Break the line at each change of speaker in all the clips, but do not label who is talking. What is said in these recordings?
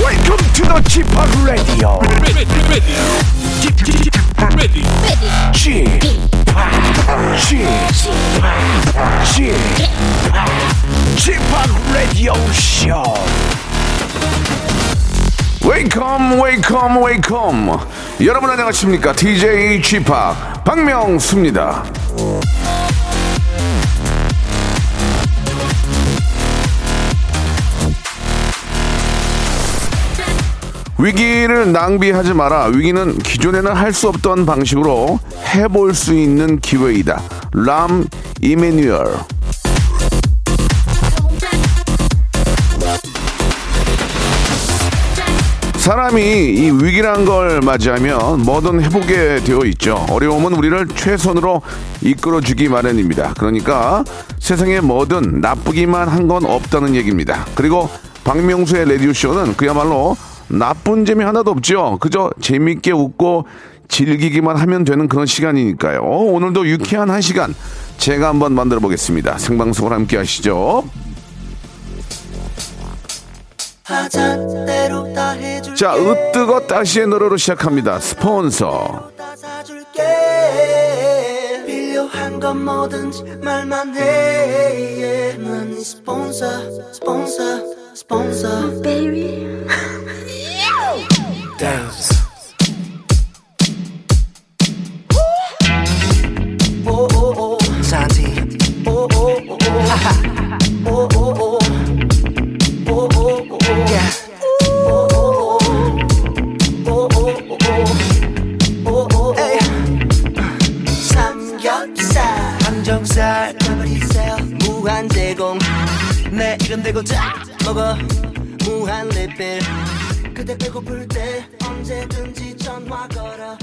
Welcome to the g p o p Radio.
ready, ready, ready, ready.
g p o p G-POP, g p o p Radio Show.
웨이컴 웨이컴 웨이컴 여러분 안녕하십니까 DJ g p o p 박명수입니다 위기를 낭비하지 마라 위기는 기존에는 할 수 없던 방식으로 해볼 수 있는 기회이다 람 이메뉴얼 사람이 이 위기란 걸 맞이하면 뭐든 해보게 되어 있죠. 어려움은 우리를 최선으로 이끌어주기 마련입니다. 그러니까 세상에 뭐든 나쁘기만 한 건 없다는 얘기입니다. 그리고 박명수의 라디오쇼는 그야말로 나쁜 재미 하나도 없죠. 그저 재밌게 웃고 즐기기만 하면 되는 그런 시간이니까요. 오늘도 유쾌한 한 시간 제가 한번 만들어 보겠습니다. 생방송을 함께 하시죠.
하잔대로 다 해줄게
자, 으뜨거 따시의 노래로 시작합니다. 스폰서.
다 사줄게 필요한 건 뭐든지 말만 예, 해난네 스폰서 스폰서 스폰서 오오오 산티 오오오 하하 오오오 오오오 야 오오오 오오오 오오오 에이 삼겹살 항정살 가브리셀 무한 제공 내 이름 대고 쫙 먹어 무한 리필 그대 배고플 때 언제든지 전화 걸어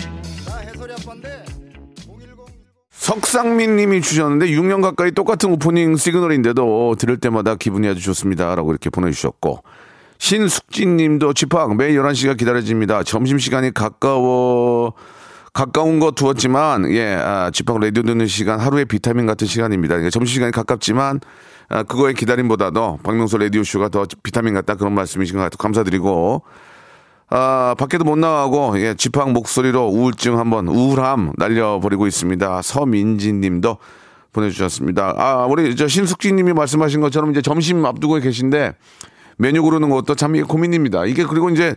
석상민 님이 주셨는데 6년 가까이 똑같은 오프닝 시그널인데도 들을 때마다 기분이 아주 좋습니다. 라고 이렇게 보내주셨고. 신숙진 님도 집합 매일 11시가 기다려집니다. 점심시간이 가까워, 가까운 거 두었지만, 예, 아, 집합 라디오 듣는 시간 하루의 비타민 같은 시간입니다. 그러니까 점심시간이 가깝지만, 아, 그거의 기다림보다도 박명수 라디오쇼가 더 비타민 같다 그런 말씀이신 것 같아요. 감사드리고. 아, 밖에도 못 나가고, 예, 지팡 목소리로 우울증 한번, 우울함 날려버리고 있습니다. 서민지 님도 보내주셨습니다. 아, 우리 저 신숙지 님이 말씀하신 것처럼 이제 점심 앞두고 계신데 메뉴 고르는 것도 참 이게 고민입니다. 이게 그리고 이제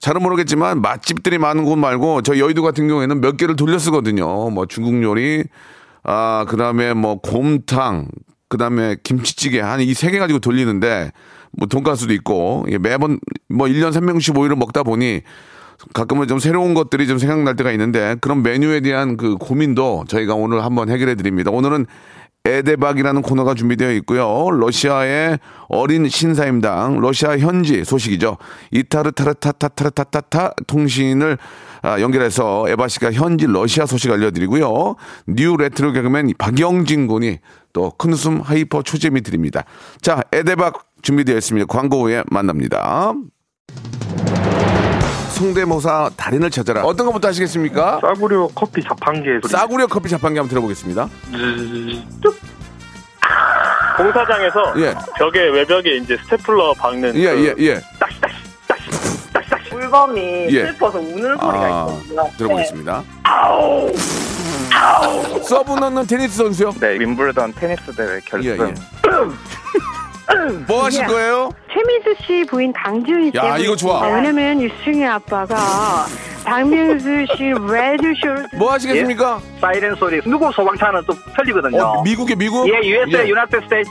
잘은 모르겠지만 맛집들이 많은 곳 말고 저 여의도 같은 경우에는 몇 개를 돌려 쓰거든요. 뭐 중국 요리, 아, 그 다음에 뭐 곰탕, 그 다음에 김치찌개 한 이 세 개 가지고 돌리는데 뭐 돈가스도 있고 예, 매번 뭐 1년 365일을 먹다 보니 가끔은 좀 새로운 것들이 좀 생각날 때가 있는데 그런 메뉴에 대한 그 고민도 저희가 오늘 한번 해결해 드립니다. 오늘은 에데박이라는 코너가 준비되어 있고요. 러시아의 어린 신사임당, 러시아 현지 소식이죠. 이타르타르타타타르타타타 통신을 아, 연결해서 에바 씨가 현지 러시아 소식 알려드리고요. 뉴 레트로 개그맨 박영진 군이 또 큰 숨 하이퍼 초재미 드립니다. 자, 에데박 준비되어 있습니다. 광고 후에 만납니다. 성대모사 달인을 찾아라. 어떤 것부터 하시겠습니까?
싸구려 커피 자판기에 소리.
싸구려 커피 자판기 한번 들어보겠습니다.
공사장에서
예.
벽에 외벽에 이제 스테플러 박는
예,
그
예, 예.
울범이
예.
네, 슬퍼서 우는 소리가 네.
아,
있거든요.
들어보겠습니다. 서브 넣는 테니스 선수요?
네, 윈블던 테니스 대회 결승.
예, 예. 뭐 하실 거예요?
최민수 씨 부인 강지훈 씨.
야, 이거 좋아.
아, 왜냐면 유승희 아빠가 박명수 씨 레드쇼를
뭐 하시겠습니까?
사이렌 소리 누구 소방차는 또 틀리거든요.
어, 미국에 미국?
예, USA, United States.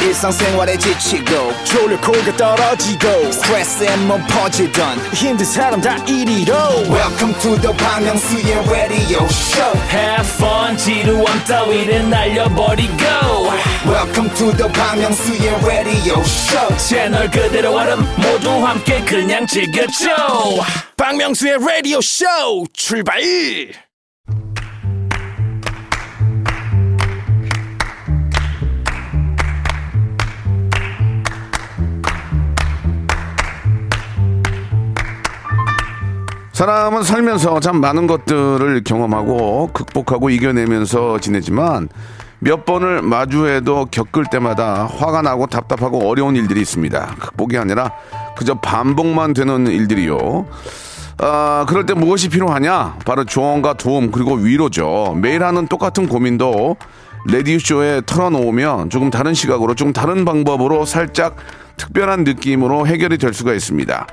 일상생활에 지치고, 졸려 코가 떨어지고, 스트레스에 몸 퍼지던, 힘든 사람 다 이리로. welcome to the Bang Myung-soo's radio show
Have fun, 지루한 따위를 날려버리고.
welcome to the Bang Myung-soo's radio show
채널 그대로 얼음 모두 함께 그냥 즐겨줘. 박명수의 라디오 쇼 출발!
사람은 살면서 참 많은 것들을 경험하고 어, 극복하고 이겨내면서 지내지만 몇 번을 마주해도 겪을 때마다 화가 나고 답답하고 어려운 일들이 있습니다. 극복이 아니라 그저 반복만 되는 일들이요. 아, 그럴 때 무엇이 필요하냐? 바로 조언과 도움 그리고 위로죠. 매일 하는 똑같은 고민도 레디쇼에 털어놓으면 조금 다른 시각으로 조금 다른 방법으로 살짝 특별한 느낌으로 해결이 될 수가 있습니다.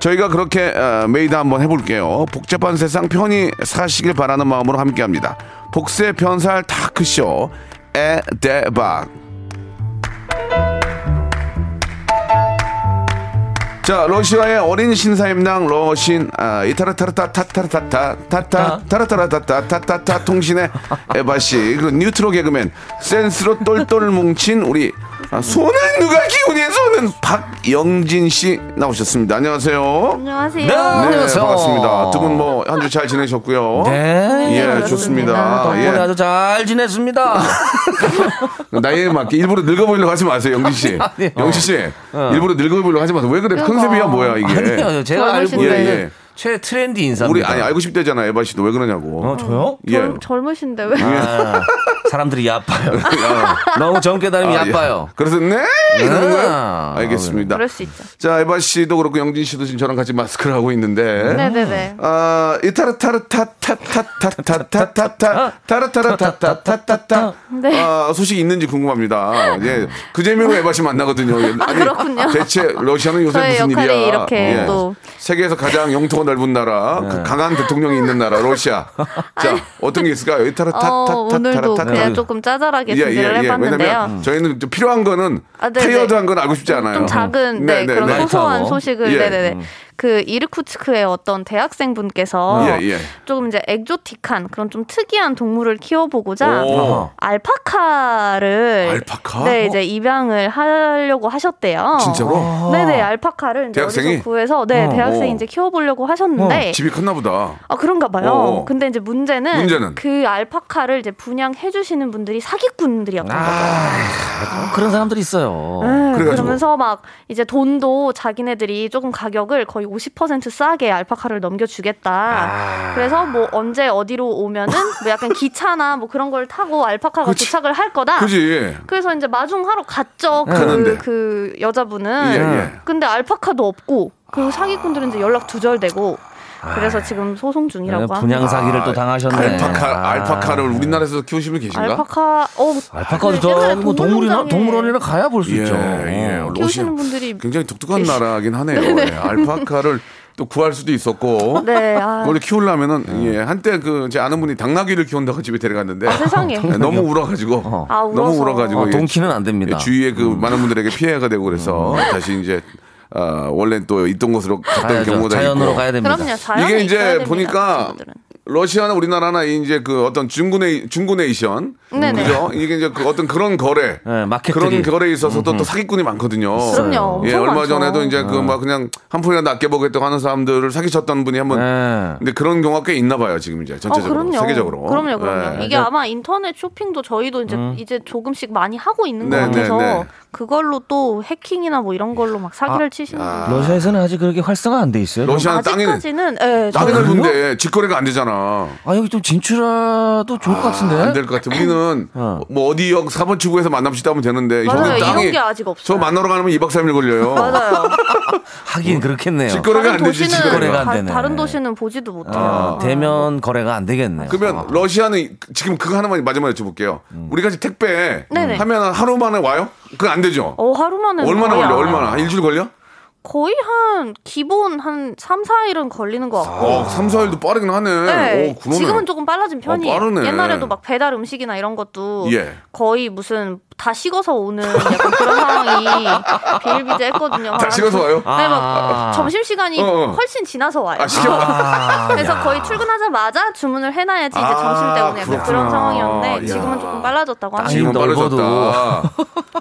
저희가 그렇게 어, 메이드 한번 해볼게요. 복잡한 세상 편히 사시길 바라는 마음으로 함께합니다. 복세 편살 다크쇼 에데박 자 러시아의 어린 신사임당 러신 아,
아.
이타라타라타타타타타타타타라타라타타타타타 통신의 에바 씨그 뉴트로 개그맨 센스로 똘똘 뭉친 우리 아, 손은 누가 키우니 손은 박영진 씨 나오셨습니다 안녕하세요
안녕하세요.
네, 반갑습니다. 두 분 뭐 한 주 잘 지내셨고요.
네,
예,
그렇습니다.
좋습니다.
덕분에
예.
아주 잘 지냈습니다.
나이에 맞게 일부러 늙어 보이려고 하지 마세요, 영지 씨.
아니요.
영지 씨. 일부러 늙어 보이려고 하지 마세요. 왜 그래?
그래요.
컨셉이야 뭐야 이게?
아니요, 제가 알고
예,
있는
예.
최 트렌디 인사입니다.
우리 아니 알고 싶대잖아, 에바 씨도 왜 그러냐고.
어, 저요?
예.
젊, 젊으신데 왜?
아, 사람들이 야빠요.
어,
너무 젊게 다니면
아, 예.
야빠요.
그래서 네 이러는 거예요? 알겠습니다.
아, 그럴 수 있죠.
자, 에바 씨도 그렇고 영진 씨도 지금 저랑 같이 마스크를 하고 있는데.
네네네.
아, 이타르타르타타타타타타타타 타르타르타타타타타
어? 네.
아, 소식 있는지 궁금합니다. 예. 그 재미로 에바 씨 만나거든요. 예. 아니,
그렇군요.
대체 러시아는 요새
저의
무슨
역할이
일이야? 예.
이렇게 또. 네.
세계에서 가장 영토가 넓은 나라, 그 강한 대통령이 있는 나라, 러시아. 자, 어떤 게 있을까요?
어, 오늘도
이타르타타타타타타
그냥 조금 짜잘하게 예,
예,
준비를 해봤는데요. 음.
왜냐면 저희는 좀 필요한 거는
아, 네,
테이어드한 건 알고 싶지 않아요. 어.
좀 작은 네, 그런 소소한 소식을
예.
네네네 그 이르쿠츠크의 어떤 대학생 분께서
예, 예.
조금 이제 엑조틱한 그런 좀 특이한 동물을 키워보고자 어.
오.
알파카를
알파카?
네
어?
이제 입양을 하려고
어.
하셨대요.
진짜로?
네네 알파카를 이제
대학생이?
어디서 구해서 네
어,
대학생
어.
이제 키워보려고 하셨는데
예. 집이 컸나 보다.
아 그런가 봐요.
어.
근데 이제 문제는,
문제는?
그 알파카를 이제 분양해 주시는 분들이 사기꾼들이었던
아, 그런
네.
사람들이 있어요.
거예요. 그러면서 막 이제 돈도 자기네들이 조금 가격을 거의 50% 싸게 알파카를 넘겨주겠다.
아.
그래서 뭐 언제 어디로 오면은 뭐 약간 기차나 뭐 그런 걸 타고 알파카가
그치.
도착을 할 거다.
그지?
래서 이제 마중하러 갔죠.
가는데.
그, 그 여자분은.
예, 예.
근데 알파카도 없고 그리고 사기꾼들은 이제 연락 두절되고
아.
그래서 지금 소송 중이라고 합니다.
분양 사기를 또 당하셨네.
알파카,
아.
알파카를 우리나라에서 키우시면 계신가?
알파카 어
알파카도
그
저
옛날에
뭐 동물이나
동물농장에
동물원이나 가야 볼 수
예,
있죠. 어.
예. 러시아
키우시는 분들이
굉장히 독특한 나라긴 하네요.
네네.
예, 알파카를 또 구할 수도 있었고.
네, 아.
그걸 키우려면은 예, 한때 그 제 아는 분이 당나귀를 키운다고 집에 데려갔는데
아, 세상에.
예, 너무 울어가지고
아,
너무
울어서.
울어가지고
어,
예,
동키는 안 됩니다.
예,
음.
주위에 그 많은 분들에게 피해가 되고 그래서 다시 이제 아, 원래 또 있던 곳으로 갔던
가야죠.
경우도
자연으로
있고.
가야 됩니다.
그럼요. 자연에
이게
있어야
이제
됩니다,
보니까
친구들은.
러시아나 우리나라나 이제 그 어떤 중구네 중구네이션
네네.
그죠? 이게 이제 그 어떤 그런 거래
예, 마켓들이.
그런
음,
거래에 있어서도 또 사기꾼이 많거든요.
그럼요. 엄청
예, 얼마
많죠.
전에도 이제
네.
그 막 그냥 한 푼이라도 아껴 보겠다고 하는 사람들을 사기쳤던 분이 한번
네.
근데 그런 경우가 꽤 있나 봐요, 지금 이제 전체적으로
어, 그럼요.
세계적으로.
그럼요, 그럼요.
예.
이게 아마 인터넷 쇼핑도 저희도 이제
음.
이제 조금씩 많이 하고 있는 것
네,
같아서
네, 네.
그걸로 또 해킹이나 뭐 이런 걸로 막 사기를 치시는 분들.
러시아에서는 아직 그렇게 활성화 안 돼 있어요.
러시아는 땅이
아직까지는 예,
땅이
저는-
넓은데 직거래가 안 되잖아.
아 여기 좀 진출해도 좋을 것 같은데.
안 될 것 같아. 우리는 뭐 어디 역 4번 출구에서 만납시다 하면 되는데 이
맞아요.
정도
이런
땅이
게 아직 없어요.
저 만나러 가면 2박 3일 걸려요. 어.
맞아요.
하긴 그렇겠네요.
직거래가 안
다른
되지,
도시는
직거래가
다-
안 되네.
다른 도시는 보지도 못해요.
아, 대면 거래가 안 되겠네요. 어.
그러면 러시아는 지금 그거 하나만 마지막에 여쭤볼게요.
음.
우리 같이 택배
네네.
하면 하루 만에 와요? 그거 안 되죠?
어, 하루 만에
얼마나
거의
걸려?
안
얼마나? 한 일주일 걸려?
거의 한 기본 한 3, 4일은 걸리는 것 같고.
어, 3, 4일도 빠르긴 하네.
네,
오, 그러네.
지금은 조금 빨라진 편이에요.
어, 빠르네.
옛날에도 막 배달 음식이나 이런 것도
예.
거의 무슨 다 식어서 오는 약간 그런 상황이 비일비재했거든요.
다 식어서 와요?
네, 막
아.
점심 시간이
어, 어.
훨씬 지나서 와요.
아, 식어? 아,
그래서 거의 출근하자마자 주문을 해놔야지 이제
아,
점심 때문에 약간
그렇구나.
그런 상황이었는데
야.
지금은 조금 빨라졌다고 합니다.
지금
넓어도.
빠르셨다.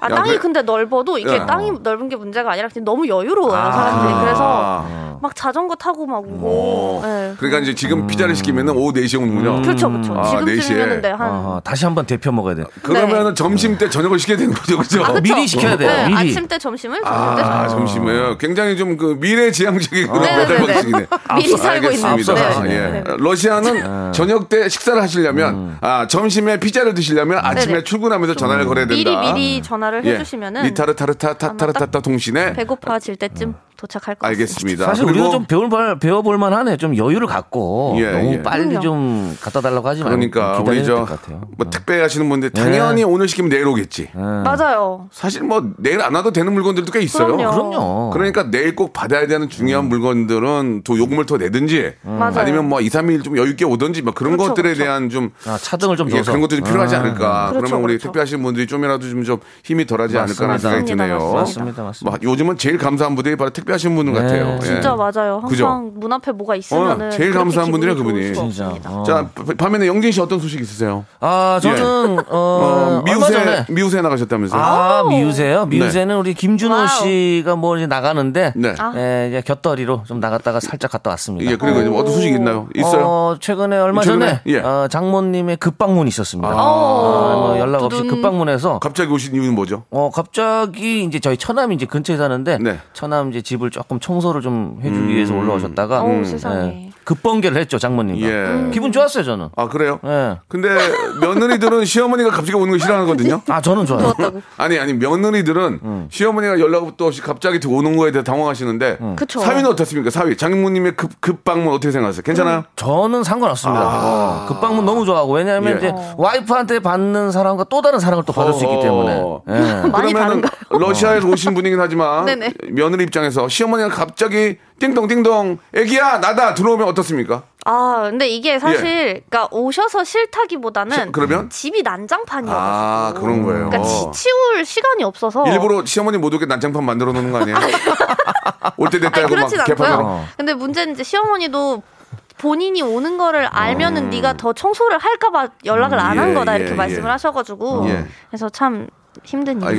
아,
야,
땅이
그래.
근데 넓어도 이게
예. 아.
땅이 넓은 게 문제가 아니라 아, 네, 그냥 너무 여유로워요 사람들이 그래서 막 자전거 타고
어.
막 오고. 예.
그러니까 이제
음.
지금 피자를 시키면은 오후 4시에 오는군요.
그렇죠, 그렇죠.
음. 아, 네
지금쯤이었는데 한-
아, 다시 한번 대표 먹어야 돼.
그러면은 점심 때 저녁을 시켜야 되는 거죠, 그죠?
네. 아, 그쵸?
어, 미리 시켜야 돼요,
네,
미리.
아침 때 점심을 저녁 때
아, 점심에요. 굉장히 좀 그
아.
미래지향적인 그런
네네네네.
배달 방식이네.
미리
앞서-
살고 있는.
알겠습니다.
앞서
예.
네.
러시아는 저녁 때 식사를 하시려면
음.
아 점심에 피자를 드시려면 아침에
네네.
출근하면서 전화를 걸어야 된다.
미리 미리 전화를
예.
해주시면은
리타르타르타
아마
타타르타타 동시네.
배고파질 때쯤 도착할 것
음.
같습니다.
알겠습니다.
사실
그리고
우리도 좀 배울 만 배워볼 만하네. 좀 여유를 갖고
예,
너무
예.
빨리
그럼요.
좀 갖다 달라고 하지 말고
그러니까 우리
아, 기다려야 될
저
것 같아요. 어. 예.
뭐 택배 하시는 분들 당연히 오늘 시키면 내일 오겠지.
음.
맞아요.
사실 뭐 내일 안 와도 되는 물건들도 꽤 있어요.
그럼요. 그럼요.
러니까 내일 꼭 받아야 되는
음.
중요한 물건들은 또 요금을 더 내든지
맞아요.
아니면 뭐 2, 3일 좀 여유 있게 오든지 뭐 그런
그렇죠,
것들에
그렇죠.
대한 좀
아, 차등을 좀
예,
둬서 음.
그런 것들이 좀 필요하지 않을까.
그렇죠,
그러면 우리
그렇죠.
택배 하시는 분들이 좀이라도 좀, 좀 힘이 덜하지 않을까라는
맞습니다.
생각이 드네요.
맞습니다, 맞습니다. 네.
뭐 요즘은 제일 감사한 분들이 바로 택배 하시는 분들 같아요. 예.
진짜 맞아요. 항상
그죠?
문 앞에 뭐가 있으면은
어, 제일
그렇게
감사한
기분이
분들이에요,
좋을
그분이.
수가
진짜.
없습니다.
어.
자, 바- 반면에 영진 씨 어떤 소식 있으세요?
아 저는 어,
예. 어,
얼마
미우새
전에
미우새 나가셨다면서요?
아 미우새요?
네.
미우새는 우리 김준호 씨가 뭐 이제 나가는데
네.
아.
예, 이제 곁다리로 좀 나갔다가 살짝 갔다 왔습니다.
예, 그리고 뭐 어떤 소식 있나요? 있어요?
어, 최근에 얼마
최근에?
전에
예.
어, 장모님의 급방문이 있었습니다. 아,
어,
뭐 연락 없이
두둔.
급방문해서
갑자기 오신 이유는 뭐죠?
어 갑자기 이제 저희 처남이 이제 근처에 사는데
네.
처남 이제 집을 조금 청소를 좀 해주기
음.
위해서 올라오셨다가
어우,
예,
세상에.
급번개를 했죠 장모님과
예. 음.
기분 좋았어요 저는
아 그래요?
예.
근데 며느리들은 시어머니가 갑자기 오는 거 싫어하거든요.
아 저는 좋아요
네.
아니 아니 며느리들은
음.
시어머니가 연락도 없이 갑자기 오는 거에 대해 당황하시는데
음.
그쵸.
사위는 어떻습니까? 사위 장모님의 급 급방문 어떻게 생각하세요? 괜찮아요?
저는 상관없습니다 어, 급방문 너무 좋아하고 왜냐하면
아. 예.
이제 와이프한테 받는 사랑과 또 다른 사랑을 또 받을 수 있기 때문에
어허.
예.
많이
그러면은 러시아에서 오신 분이긴 하지만
네네.
며느리 입장에서 시어머니가 갑자기 띵동띵동 애기야 나다 들어오면 어떻습니까?
아 근데 이게 사실 그러니까 오셔서 싫다기보다는
예. 시- 그러면?
집이 난장판이어서
아, 그런 거예요.
그러니까 지- 치울 시간이 없어서
일부러 시어머니 못 오게 난장판 만들어 놓는 거 아니에요? 올 때 됐다
아니
이거 막
그렇진 않고요.
개판으로
근데 문제는 이제 시어머니도 본인이 오는 거를 알면은 네가 더 청소를 할까봐 연락을 안 한
어. 예,
거다 이렇게
예,
말씀을
예.
하셔가지고
예.
그래서 참 힘든 일입니다.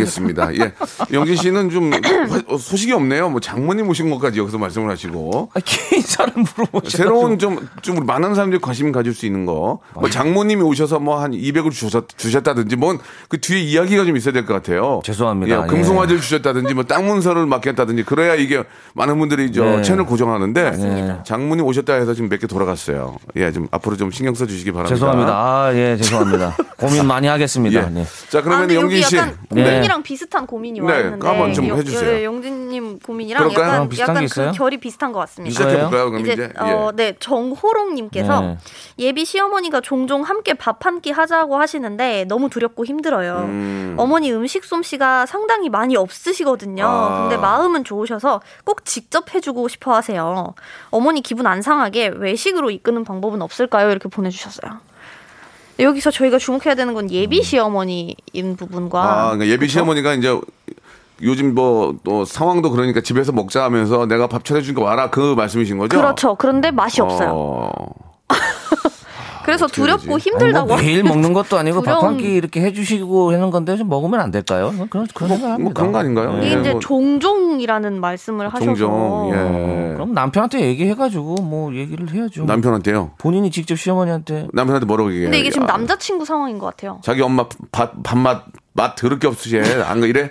알겠습니다. 예. 영진 씨는 좀 화- 소식이 없네요. 뭐 장모님 오신 것까지 여기서 말씀을 하시고
아, 개인 사람
아,
물어보셔
새로운 좀 좀 많은 사람들이 관심 가질 수 있는 거.
아.
뭐 장모님이 오셔서 뭐 한 200을 주셨, 주셨다든지 뭔 그 뒤에 이야기가 좀 있어야 될 것 같아요.
죄송합니다.
예, 금송화제를 주셨다든지 뭐 땅 문서를 맡겼다든지 그래야 이게 많은 분들이 저
네.
채널 고정하는데 장모님 오셨다 해서 지금 몇 개 돌아갔어요. 예, 좀 앞으로 좀 신경 써 주시기 바랍니다.
죄송합니다 아예 죄송합니다 고민 많이 하겠습니다
예.
네.
자,
아,
그러면
근데
영진
여기
씨.
약간
네.
고민이랑 비슷한 고민이 와
네,
있는데
한번 좀 해주세요.
예, 용진님 고민이랑
그럴까요?
어,
약간
비슷한 게
약간
있어요?
그 결이 비슷한 것 같습니다.
시작해 볼까요? 그럼 이제, 예.
이제 어, 네 정호롱님께서
네.
예비 시어머니가 종종 함께 밥 한 끼 하자고 하시는데 너무 두렵고 힘들어요. 어머니 음식 솜씨가 상당히 많이 없으시거든요.
아.
근데 마음은 좋으셔서 꼭 직접 해주고 싶어하세요. 어머니 기분 안 상하게 외식으로 이끄는 방법은 없을까요? 이렇게 보내주셨어요. 여기서 저희가 주목해야 되는 건 예비 시어머니인 부분과
음. 아, 그러니까 예비 시어머니가 이제 요즘 뭐 또 상황도 그러니까 집에서 먹자 하면서 내가 밥 차려주니까 와라 그 말씀이신 거죠?
그렇죠. 그런데 맛이 없어요.
어,
그래서 두렵고
되지?
아니, 뭐
힘들다고
매일 먹는 것도 아니고 밥 한
두려운-
끼 이렇게 해주시고 하는 건데 좀 먹으면 안 될까요? 그런 그런 생각합니다.
뭐 그런 거 아닌가요?
이게
예,
이제
뭐
종종이라는 말씀을
종종
하셔서
예.
어, 그럼 남편한테 얘기해가지고 뭐 얘기를 해야죠.
남편한테요.
본인이 직접 시어머니한테
남편한테 뭐라고 얘기해요?
근데 이게 지금
야,
남자친구 상황인 것 같아요.
자기 엄마 밥, 밥맛 맛 더럽게 없으시 안 그래? 이래?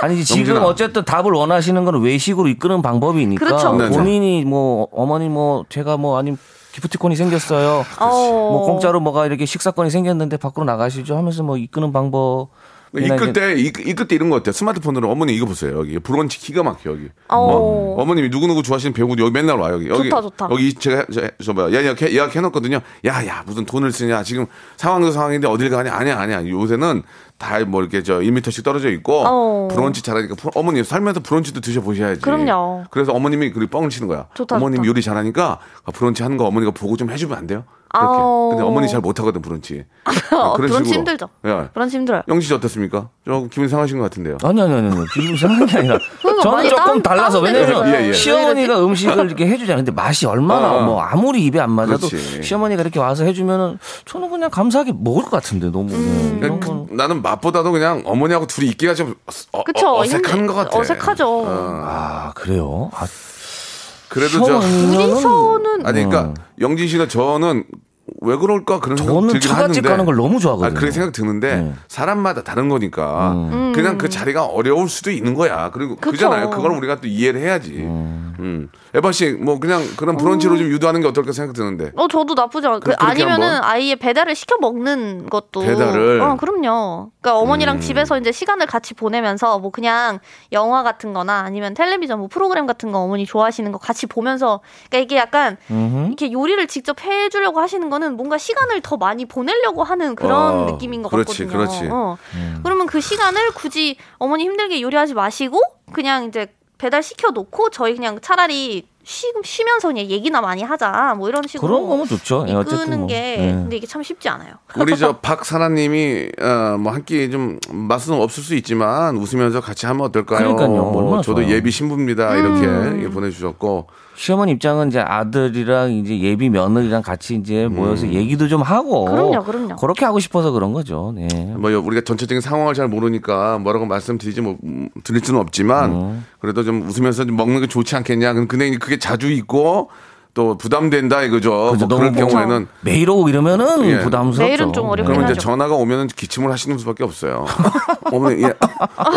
아니 지금
영준아.
어쨌든 답을 원하시는 건 외식으로 이끄는 방법이니까
그렇죠.
네, 네.
본인이 뭐 어머니 뭐 제가 뭐 아니 기프티콘이 생겼어요.
어.
뭐 공짜로 뭐가 이렇게 식사권이 생겼는데 밖으로 나가시죠 하면서 뭐 이끄는 방법.
이끌 때 이- 이끌 때 이런 거 어때요? 스마트폰으로 어머니 이거 보세요 여기 브런치 기가 막혀 여기.
어.
머님이 누구 누구 좋아하시는 배우분 여기 맨날 와 여기 여기
좋다, 좋다.
여기 제가 저- 저 뭐야 예약 예약해 놓거든요. 야야 무슨 돈을 쓰냐 지금 상황도 상황인데 어딜 가냐 아니야 아니야 요새는 다 뭐 이렇게 저 1미터씩 떨어져 있고
어.
브런치 잘하니까 프- 어머니 살면서 브런치도 드셔 보셔야지.
그럼요.
그래서 어머님이 그 뻥을 치는 거야.
좋다,
어머님
좋다.
요리 잘하니까 아, 브런치 하는 거 어머니가 보고 좀 해주면 안 돼요? 그렇게.
아오.
근데 어머니 잘 못하거든 브런치.
어,
그런
브런치
식으로.
힘들죠.
예.
브런치 힘들어요.
영지 씨 어떻습니까? 좀 기분 상하신 것 같은데요.
아니 아니 아니 아니. 기분 상한 게 아니라
그러니까
저는
많이
조금
다운-
달라서 왜냐면
다운되는
예, 예.
시어머니가 음식을 이렇게 해주잖아요 근데 맛이
아.
얼마나 뭐 아무리 입에 안 맞아도
그렇지.
시어머니가 이렇게 와서 해주면은 저는 그냥 감사하게 먹을 것 같은데 너무
음.
네, 이런
그러니까
건
그- 나는 맛보다도 그냥 어머니하고 둘이 있기가 좀 어,
그쵸.
색한
힘들-
것 같아.
어색하죠.
어.
아, 그래요? 아,
그래도 저
둘이서는
아니 그러니까 영진 씨가 저는 왜 그럴까 그런 생각
어. 저는
들긴
처갓집
하는데
가는 걸 너무
아,
좋아하거든요. 네.
그렇게 생각 드는데 사람마다 다른 거니까
음.
그냥 그 자리가 어려울 수도 있는 거야. 그리고
그쵸.
그잖아요 그걸 우리가 또 이해를 해야지. 음. 에바 씨 뭐 그냥 그런
음.
브런치로 좀 유도하는 게 어떨까 생각 드는데.
어 저도 나쁘지 않고
그럼 그렇게
아니면은
한번.
아예 배달을 시켜 먹는 것도
배달을? 음.
어 그럼요 그러니까 어머니랑 집에서 이제 시간을 같이 보내면서 뭐 그냥 영화 같은거나 아니면 텔레비전 뭐 프로그램 같은 거 어머니 좋아하시는 거 같이 보면서 그러니까 이게 약간 이렇게 요리를 직접 해주려고 하시는 거는 뭔가 시간을 더 많이 보내려고 하는 그런
어,
느낌인 것
그렇지,
같거든요.
그렇지.
어. 그러면 그 시간을 굳이 어머니 힘들게 요리하지 마시고 그냥 이제 배달 시켜 놓고 저희 그냥 차라리 쉬, 쉬면서 그냥 얘기나 많이 하자 뭐 이런 식으로
그런 거면 좋죠. 예, 어쨌든
이끄는
뭐.
게
예.
근데 이게 참 쉽지 않아요.
우리 저 박사나님이 어, 뭐한 끼 좀 맛은 없을 수 있지만 웃으면서 같이 하면 어떨까요?
그러니까요. 얼마나
저도
좋아요.
예비 신부입니다 이렇게 이렇게 보내주셨고
시어머니 입장은 이제 아들이랑 이제 예비 며느리랑 같이 이제
음.
모여서 얘기도 좀 하고
그럼요, 그럼요.
그렇게 하고 싶어서 그런 거죠. 네.
뭐 여- 우리가 전체적인 상황을 잘 모르니까 뭐라고 말씀드리지 뭐 음, 드릴 수는 없지만
어.
그래도 좀 웃으면서 좀 먹는 게 좋지 않겠냐. 근데 그게 자주 있고 또 부담된다 이거죠.
그죠,
뭐 그럴
너무
경우에는
매일 오고 이러면은
예.
부담스럽죠.
내일은 좀 어렵긴
그러면 이제
하죠.
전화가 오면은 기침을 하시는 수밖에 없어요. 어머니, 예.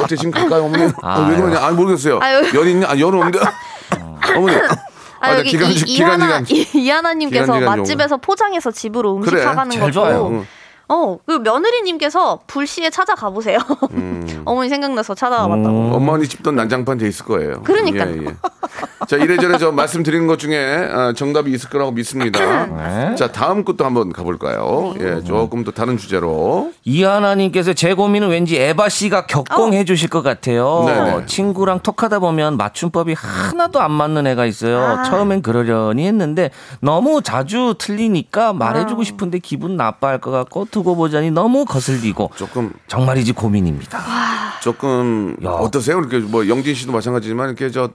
어째 지금 가까이 어머니. 아,
아유.
왜 그러냐? 아, 모르겠어요.
아유.
연 있냐? 아, 연 없는데. 어머니.
아, 여기
기간, 주-
이,
기간,
이하나
기간.
이- 이하나님께서
기간, 기간
맛집에서 포장해서 집으로 음식
그래,
사가는
잘
것도
좋아요. 응.
어, 그 며느리님께서 불시에 찾아가 보세요.
음.
어머니 생각나서 찾아가 봤다고.
어머니 집던 난장판 돼 있을 거예요.
그러니까요.
예, 예. 자 이래저래 저 말씀드린 것 중에 아, 정답이 있을 거라고 믿습니다.
네.
자 다음 것도 한번 가볼까요? 예, 조금 또 다른 주제로.
이하나님께서 제 고민은 왠지 에바 씨가
어.
격공해 주실 것 같아요. 어,
네네.
친구랑 톡하다 보면 맞춤법이 하나도 안 맞는 애가 있어요.
아.
처음엔 그러려니 했는데 너무 자주 틀리니까
아.
말해주고 싶은데 기분 나빠할 것 같고 두고 보자니 너무 거슬리고
조금
정말이지 고민입니다.
조금 어떠세요? 이렇게 뭐 영진 씨도 마찬가지지만 이렇게 저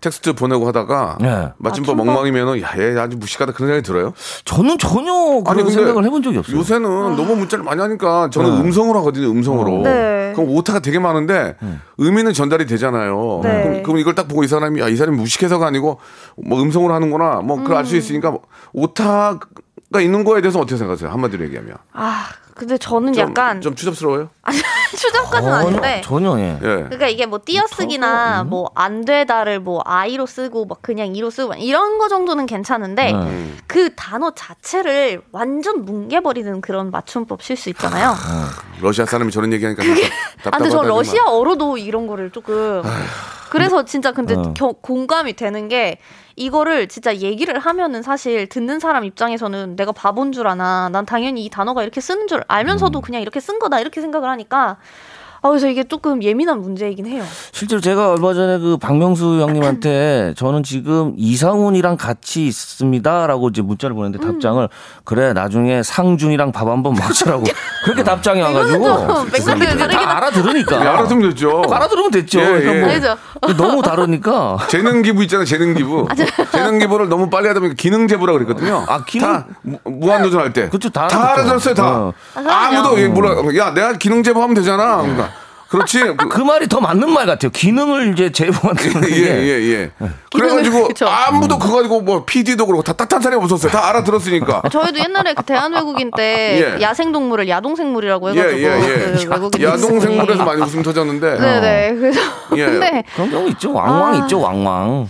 텍스트 보내고 하다가
예.
아,
마침법
맞춤법?
멍망이면은 야얘 아주 무식하다 그런 생각이 들어요?
저는 전혀 그런
근데
생각을 해본 적이 없어요. 네.
요새는 너무 문자를 많이 하니까 저는 음성으로 하거든요, 음성으로.
아. 네.
그럼 오타가 되게 많은데
음.
의미는 전달이 되잖아요.
네.
그럼, 그럼 이걸 딱 보고 이 사람이, 아, 이 사람이 무식해서가 아니고 뭐 음성으로 하는구나. 뭐 그걸 알 수 있으니까 오타가 있는 거에 대해서 어떻게 생각하세요? 한마디로 얘기하면.
아, 근데 저는
좀,
약간
좀 어, 추잡스러워요?
추적까지는 아닌데.
전혀 예.
예.
그러니까 이게 뭐 띄어쓰기나 뭐 안 되다를 뭐 아이로 쓰고 막 그냥 이로 쓰고 막 이런 거 정도는 괜찮은데
네.
음,
그 단어 자체를 완전 뭉개버리는 그런 맞춤법 실수 있잖아요.
러시아 사람이 저런 얘기하니까
아,
답답하다.
근데 저
정말.
러시아어로도 이런 거를 조금 그래서 진짜 근데 겨- 공감이 되는 게 이거를 진짜 얘기를 하면은 사실 듣는 사람 입장에서는 내가 바본 줄 아나 난 당연히 이 단어가 이렇게 쓰는 줄 알면서도 그냥 이렇게 쓴 거다 이렇게 생각을 하니까 아 그래서 이게 조금 예민한 문제이긴 해요.
실제로 제가 얼마 전에 그 박명수 형님한테 저는 지금 이상훈이랑 같이 있습니다라고 이제 문자를 보냈는데
음.
답장을 그래 나중에 상준이랑 밥 한번 먹자라고 그렇게 답장이
아,
와가지고
좀 맥락이 다르긴
다 알아들으니까
예, 알아들으면 됐죠.
알아들으면 됐죠. 그러니까 뭐
예, 예.
알죠.
너무 다르니까
재능 기부 있잖아요, 재능 기부. 재능 기부를 너무 빨리 하다 보니까 기능 제부라 그랬거든요.
아, 기능-
다 무한 도전 할 때.
그쵸, 다
다
알아듣죠.
알아들었어요, 다.
어.
아, 그럼요.
아무도 얘기 몰라. 야, 내가 기능 제부 하면 되잖아. 그러니까. 그렇지.
그 말이 더 맞는 말 같아요. 기능을 이제 제보한다는
예,
게
예, 예. 그래가지고
그쵸.
아무도 그거 가지고 뭐 PD도 그렇고 다 따뜻한 사람이 없었어요. 다 알아들었으니까.
저희도 옛날에 그 대한외국인 때
예.
야생동물을 야동생물이라고
예,
해가지고
예, 예.
그 외국인
야동생물에서
분들이-
많이 웃음 터졌는데. 어.
네네 그래서
예.
근데
그런 경우 있죠. 왕왕
아.
있죠. 왕왕.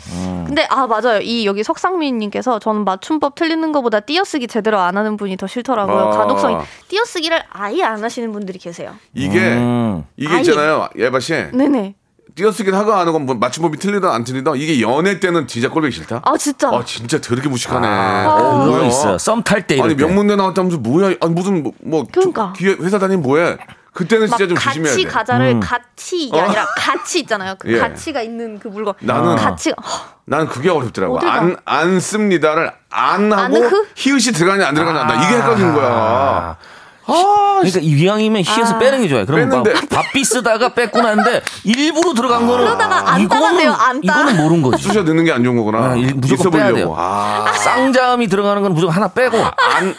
근데 아 맞아요. 이 여기 석상민님께서 저는 맞춤법 틀리는 것보다 띄어쓰기 제대로 안 하는 분이 더 싫더라고요.
아.
가독성이 띄어쓰기를 아예 안 하시는 분들이 계세요.
이게,
음.
이게
아이.
있잖아요. 예바 씨.
네네.
띄어쓰기를 하고 안 하고 뭐 맞춤법이 틀리든 안 틀리든 이게 연애 때는 진짜 꼴보기 싫다.
아 진짜.
아 진짜 더럽게 무식하네. 어,
아, 그거
뭐야.
있어요. 썸 탈 때 이럴
아니
때.
명문대 나왔다면서 뭐야? 아니 무슨 뭐, 뭐 저-
그러니까.
기회- 회사 다니면 뭐해? 그때는
막
진짜 좀 조심해야
같이
돼. 어.
가자를 같이 이게 아니라 같이 있잖아요. 그
예. 아.
가치가 있는 그 물건.
나는-
가치.
난 그게 어렵더라고.
어딜 가?
안 안 씁니다를 안 하고
안
그?
흐?
히읗이 들어가냐 안 들어가냐 나 이게 헷갈리는 거야. 아,
그러니까 이왕이면 히에서 빼는 게 좋아요. 그러면
뺐는데.
막 바삐 쓰다가 뺐고 난데 일부러 들어간 거는
그러다가 안 따라돼요, 안 따라.
이거는 모른 거지.
쑤셔 넣는 게 안 좋은 거구나.
아, 일- 무조건
있어
빼야
보려고.
돼요.
아,
쌍자음이 들어가는 건 무조건 하나 빼고
안이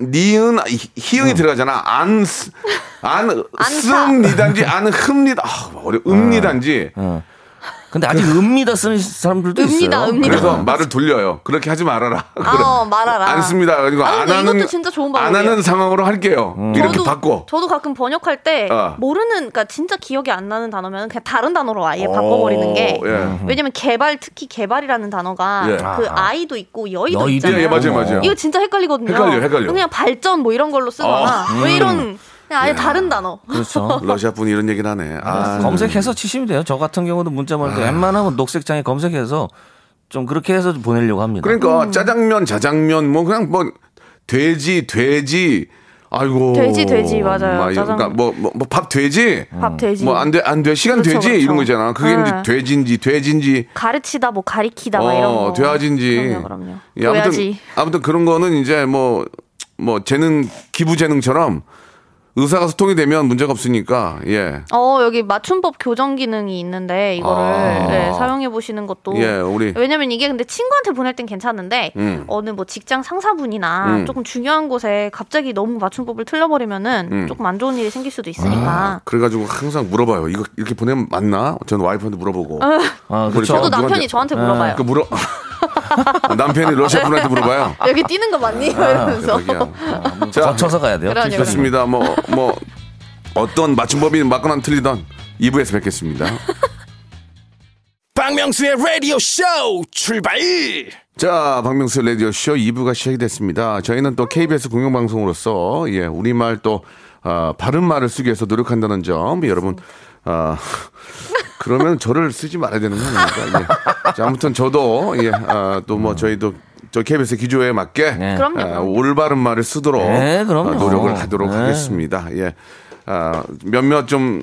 니은 히- 히읗이 들어가잖아. 안안 씁니다인지 안 흡니다. 아, 어려 읍니다인지.
근데 아직 읍니다 쓰는 사람들도
읍니다,
있어요.
읍니다.
그래서 말을 돌려요. 그렇게 하지 말아라.
아, 어, 말아라.
안 씁니다. 그리고
아,
안
근데
하는
이것도 진짜 좋은
안
방법이에요.
하는 상황으로 할게요.
음.
이렇게
저도-
바꿔.
저도 가끔 번역할 때
어.
모르는 그러니까 진짜 기억이 안 나는 단어면 그냥 다른 단어로 아예
오,
바꿔버리는 게
예.
왜냐면 개발 특히 개발이라는 단어가
예.
그
아.
아이도 있고 여의도
여의도.
있잖아요.
예, 맞아요, 맞아요.
이거 진짜 헷갈리거든요.
헷갈려요, 헷갈려요.
그냥 발전 뭐 이런 걸로 쓰거나
어.
왜
음. 그렇죠.
이런 그냥 아예 다른 단어.
러시아 분이 이런 얘기를 하네. 아,
음. 검색해서 치시면 돼요. 저 같은 경우도 문자 보낼 때 웬만하면 녹색창에 검색해서 좀 그렇게 해서 보내려고 합니다.
그러니까
음.
짜장면, 자장면 뭐 그냥 뭐 돼지, 돼지. 아이고.
돼지, 돼지, 맞아요.
막 이런- 그러니까
짜장면. 음.
뭐뭐밥 돼지.
밥 돼지.
음. 뭐안돼안돼 시간
그렇죠,
돼지
그렇죠.
이런 거 있잖아. 그게
네.
이제 돼지인지 돼지인지
가르치다 뭐 가리키다 막 이런 거.
어, 돼야지인지.
그럼요, 그럼요.
예, 아무튼
돼야지.
아무튼 그런 거는 이제 뭐 뭐 재능 기부 재능처럼 의사가 소통이 되면 문제가 없으니까 예.
어 여기 맞춤법 교정 기능이 있는데 이거를
아.
네, 사용해 보시는 것도
예, 우리-
왜냐면 이게 근데 친구한테 보낼 땐 괜찮은데
음.
어느 뭐 직장 상사분이나
음.
조금 중요한 곳에 갑자기 너무 맞춤법을 틀려버리면은
음. 아.
조금 안 좋은 일이 생길 수도 있으니까
그래가지고 항상 물어봐요. 이거 이렇게 보내면 맞나? 저는 와이프한테 물어보고.
아,
아,
저도 남편이 저한테 물어봐요.
그 물어 남편이 러시아 분한테 물어봐요.
여기 뛰는 거 맞니?
아,
이러면서 네,
자, 거쳐서 가야
돼요. 그러니까요.
좋습니다. 뭐 뭐 어떤 맞춤법이 맞거나 틀리던 2부에서 뵙겠습니다.
박명수의 라디오 쇼 출발.
자, 박명수 라디오 쇼 2부가 시작이 됐습니다. 저희는 또 KBS 공영방송으로서 예, 우리말 또 아, 바른 말을 쓰기 위해서 노력한다는 점 예, 여러분 아, 그러면 저를 쓰지 말아야 되는 거 아닙니까? 예. 자, 아무튼 저도 예, 아, 또 뭐 저희도 저 KBS 기조에 맞게
네.
그럼요,
아,
그럼요.
올바른 말을 쓰도록
네, 그럼요.
아, 노력을 하도록
네.
하겠습니다. 예. 아, 몇몇 좀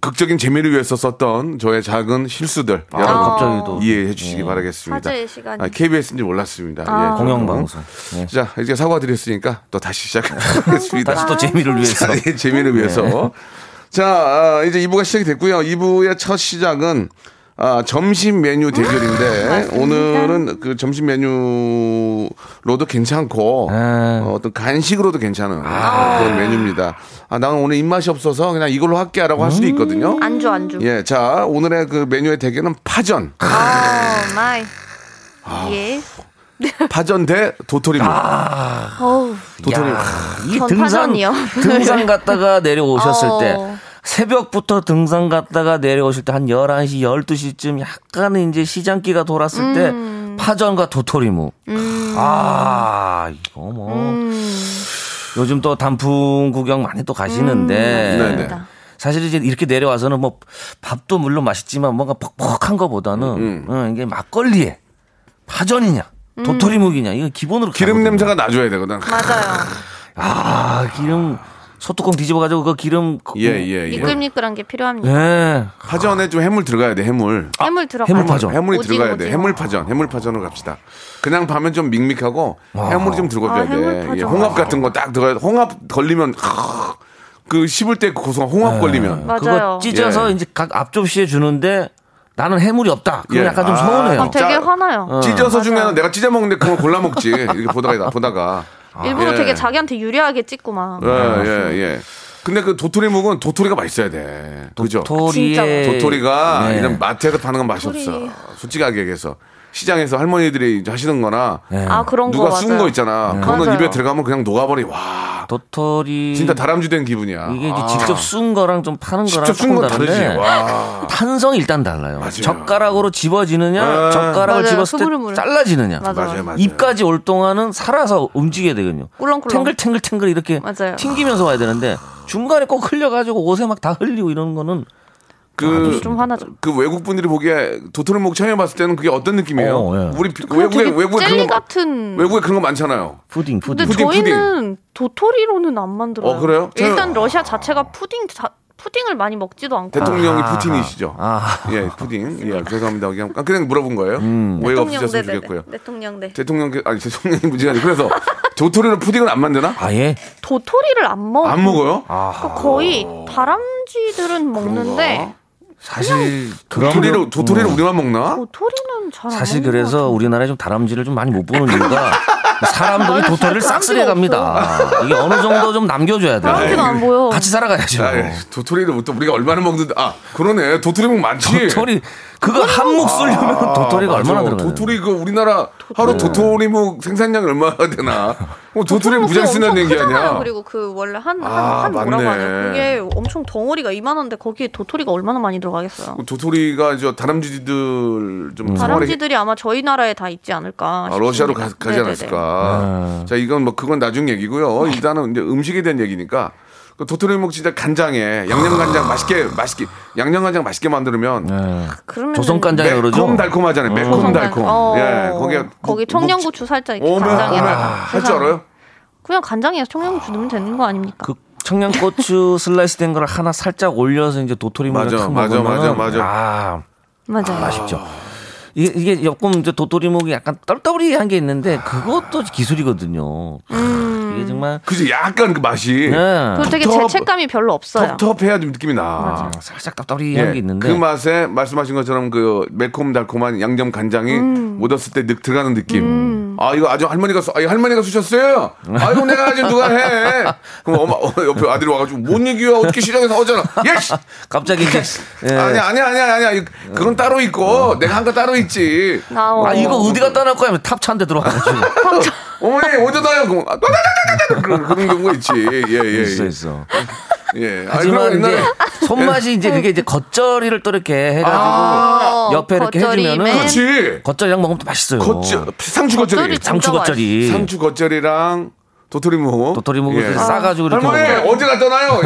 극적인 재미를 위해서 썼던 저의 작은 실수들
아,
여러분
갑자기 또.
이해해 주시기 바라겠습니다.
화제의 시간이.
아, KBS인지 몰랐습니다.
아.
예,
공영방송. 예.
자 이제 사과드렸으니까 또 다시 시작하겠습니다.
다시 또 재미를 위해서.
자, 예, 재미를 위해서.
네.
자 아, 이제 2부가 시작이 됐고요. 2부의 첫 시작은 아, 점심 메뉴
아,
대결인데 오늘은 그 점심 메뉴로도 괜찮고
네.
어, 어떤 간식으로도 괜찮은
아.
그런 메뉴입니다. 아, 나는 오늘 입맛이 없어서 그냥 이걸로 할게라고 할
음.
수도 있거든요.
아.
안주 안주.
예, 자 오늘의 그 메뉴의 대결은 파전.
아 마이.
아.
예.
파전 대
아.
도토리묵.
어우.
도토리.
야, 이
전
등산
파전이요.
등산 갔다가 내려오셨을
어.
때 새벽부터 등산 갔다가 내려오실 때 한 11시, 12시쯤 약간 이제 시장기가 돌았을
음.
때 파전과 도토리묵. 아, 이거 뭐. 요즘 또 단풍 구경 많이 또
음,
가시는데.
맞습니다. 네네.
사실 이제 이렇게 내려와서는 뭐 밥도 물론 맛있지만 뭔가 퍽퍽한 거보다는
음.
어, 이게 막걸리에 파전이냐 도토리묵이냐 이거 기본으로
기름 냄새가 나줘야 되거든.
맞아요.
아 기름 소뚜껑 뒤집어가지고 그 기름 그-
예, 예, 예.
미끌미끌한 게 필요합니다.
예.
파전에 좀 해물 들어가야 돼, 해물.
해물 들어가.
아, 해물이
오징어,
들어가야 돼.
오징어.
해물 파전. 해물 파전으로 갑시다. 그냥 밤엔 좀 밍밍하고 해물이 좀 들어가줘야
아, 해물
돼.
파전. 아.
예, 홍합 같은 거 딱 들어가야 돼. 홍합 걸리면 하, 그 씹을 때 그 고소한 홍합
네.
걸리면
그거 찢어서
예.
이제 각 앞접시에 주는데 나는 해물이 없다. 그럼
예.
약간 좀
아.
서운해요.
아, 되게
짜-
화나요.
어.
찢어서 중요한 내가 찢어 먹는데 그걸 골라 먹지. 이렇게 보다가 보다가
아. 일부러
예.
되게 자기한테 유리하게 찍고 막.
예, 예, 예. 근데 그 도토리묵은 도토리가 맛있어야 돼. 그죠?
도토리에-
그렇죠. 도토리가
네.
이런 마트에서 파는 건 맛이
도토리.
없어. 솔직하게 얘기해서. 시장에서 할머니들이 이제 하시는 거나
아, 그런 거
누가 쓴
맞아요.
거 있잖아.
네.
그거는
맞아요.
입에 들어가면 그냥 녹아버리. 와.
도토리
진짜 다람쥐 된 기분이야.
이게 이제
아.
직접 쓴 거랑 좀 파는 거랑
직접 쓴
조금
건 다르지.
다른데
와.
탄성이 일단 달라요. 젓가락으로 집어지느냐,
네.
젓가락을
맞아요.
집었을 때
수그름으로.
잘라지느냐.
맞아, 맞아요, 맞아.
맞아요.
입까지 올 동안은 살아서 움직여야 되거든요.
꿀렁꿀렁.
탱글탱글탱글 이렇게
맞아요.
튕기면서 와야 되는데 중간에 꼭 흘려가지고 옷에 막 다 흘리고 이러는 거는 아,
그,
좀 화나죠.
그 외국 분들이 보기에 도토리묵 처음 봤을 때는 그게 어떤 느낌이에요?
어, 예.
우리 비-
그냥
외국에
되게
외국에
젤리
그런 거
같은.
외국에 그런 거 많잖아요.
푸딩
근데
푸딩.
푸딩,
저희는 도토리로는 안 만들어요.
어, 그래요?
일단
저는-
러시아 자체가 푸딩 자- 푸딩을 많이 먹지도 않고.
대통령이
아.
푸틴이시죠.
아. 음.
예, 푸딩. 예, 죄송합니다. 그냥, 아, 그냥 물어본 거예요. 오해가
대통령
없으셨으면
네네네.
좋겠고요.
대통령 네.
대통령, 아니, 대통령이 문제가 아니고. 그래서 도토리로 푸딩을 안 만드나?
아예
도토리를 안 먹어.
안 먹어요? 아.
그러니까 거의 다람쥐들은 먹는데
사실
도토리로,
그런-
도토리로
음.
우리만 먹나?
도토리는 잘 안 먹는
사실
아, 것
그래서 우리나라에 좀 다람쥐를 좀 많이 못 보는 이유가 사람들이 도토리를 싹쓸이 갑니다. 이게 어느 정도 좀 남겨줘야 돼.
그렇게는 안 보여.
같이 살아가야죠.
아, 예. 도토리를 또 우리가 얼마나 먹는데 아 그러네 도토리묵 많지. 아,
도토리 그거 한몫 쓰려면 도토리가 얼마나 네. 들어가야 돼요?
도토리 그 우리나라 하루 도토리묵 생산량이 얼마나 되나? 어, 도토리
그거
무장 쓰는
엄청
얘기
크잖아요.
아니야?
그리고 그 원래 한 한
아,
한 뭐라고
맞네.
하냐. 그게 엄청 덩어리가 이만한데 거기에 도토리가 얼마나 많이 들어가겠어요.
그 도토리가 저 다람쥐들 좀
음.
생활에
다람쥐들이 아마 저희 나라에 다 있지 않을까.
아, 러시아로 가,
싶습니다.
가지
네네네. 네.
않았을까.
네.
자, 이건 뭐 그건 나중 얘기고요. 일단은 이제 음식에 대한 얘기니까 그 도토리묵 진짜 간장에
아.
양념간장 맛있게 맛있게 양념간장 맛있게 만들면
네.
그러면은-
조선간장이라 그러죠? 음.
매콤달콤하잖아요. 매콤달콤.
어.
예, 거기에
거기 청양고추 살짝 이렇게
오메 오메
간장에다.
할 줄 알아요?
그냥 간장에 청양고추 넣으면 되는 거 아닙니까?
그 청양고추 슬라이스 된 거를 하나 살짝 올려서 이제 도토리묵을
맞아,
탁
맞아, 맞아,
먹으면
맞아.
아,
맞아요.
맛있죠. 이게, 이게 조금 이제 도토리묵이 약간 떨떠리한 게 있는데 그것도 기술이거든요. 이게 정말 예.
그지 약간 그 맛이.
네.
그리고 되게
텁텁-
죄책감이 별로 없어요.
텁텁해야 좀 느낌이 나.
살짝 깝떨이한 게 있는데.
그 맛에 말씀하신 것처럼 그 매콤달콤한 양념 간장이
음.
묻었을 때 늑, 들어가는 느낌. 아 이거 아주 할머니가 쏘, 아, 이거 할머니가 쑤셨어요. 아이고 내가 지금 누가 해. 그럼 엄마 어, 옆에 아들이 와가지고 뭔 얘기야 어떻게 시장에서 하잖아. 예씨.
갑자기 이제 예.
아니 아니 아니 아니 아니 그건 따로 있고 내가 한 거 따로 있지.
아 이거 어디 갔다 놨고 하면 탑차 한 대 들어가가지고
어머니 어디다요? 그럼 아, 따다다다다다. 그런 그런 경우가 있지. 예예 예.
있어 있어.
예. 아니, 그럼
하지만
옛날에-
이제 손맛이 이제 그게 이제 겉절이를 또 이렇게 해가지고
아,
옆에 이렇게
겉절이면.
해주면은
그치.
겉절이랑 먹으면 또 맛있어요.
겉절 상추 겉절이
겉절이 상추 진짜 겉절이. 맛있어.
상추 예. 겉절이랑 도토리묵
도토리묵을 이렇게 싸가지고 이렇게
할머니
먹는 거.
어제 갔잖아요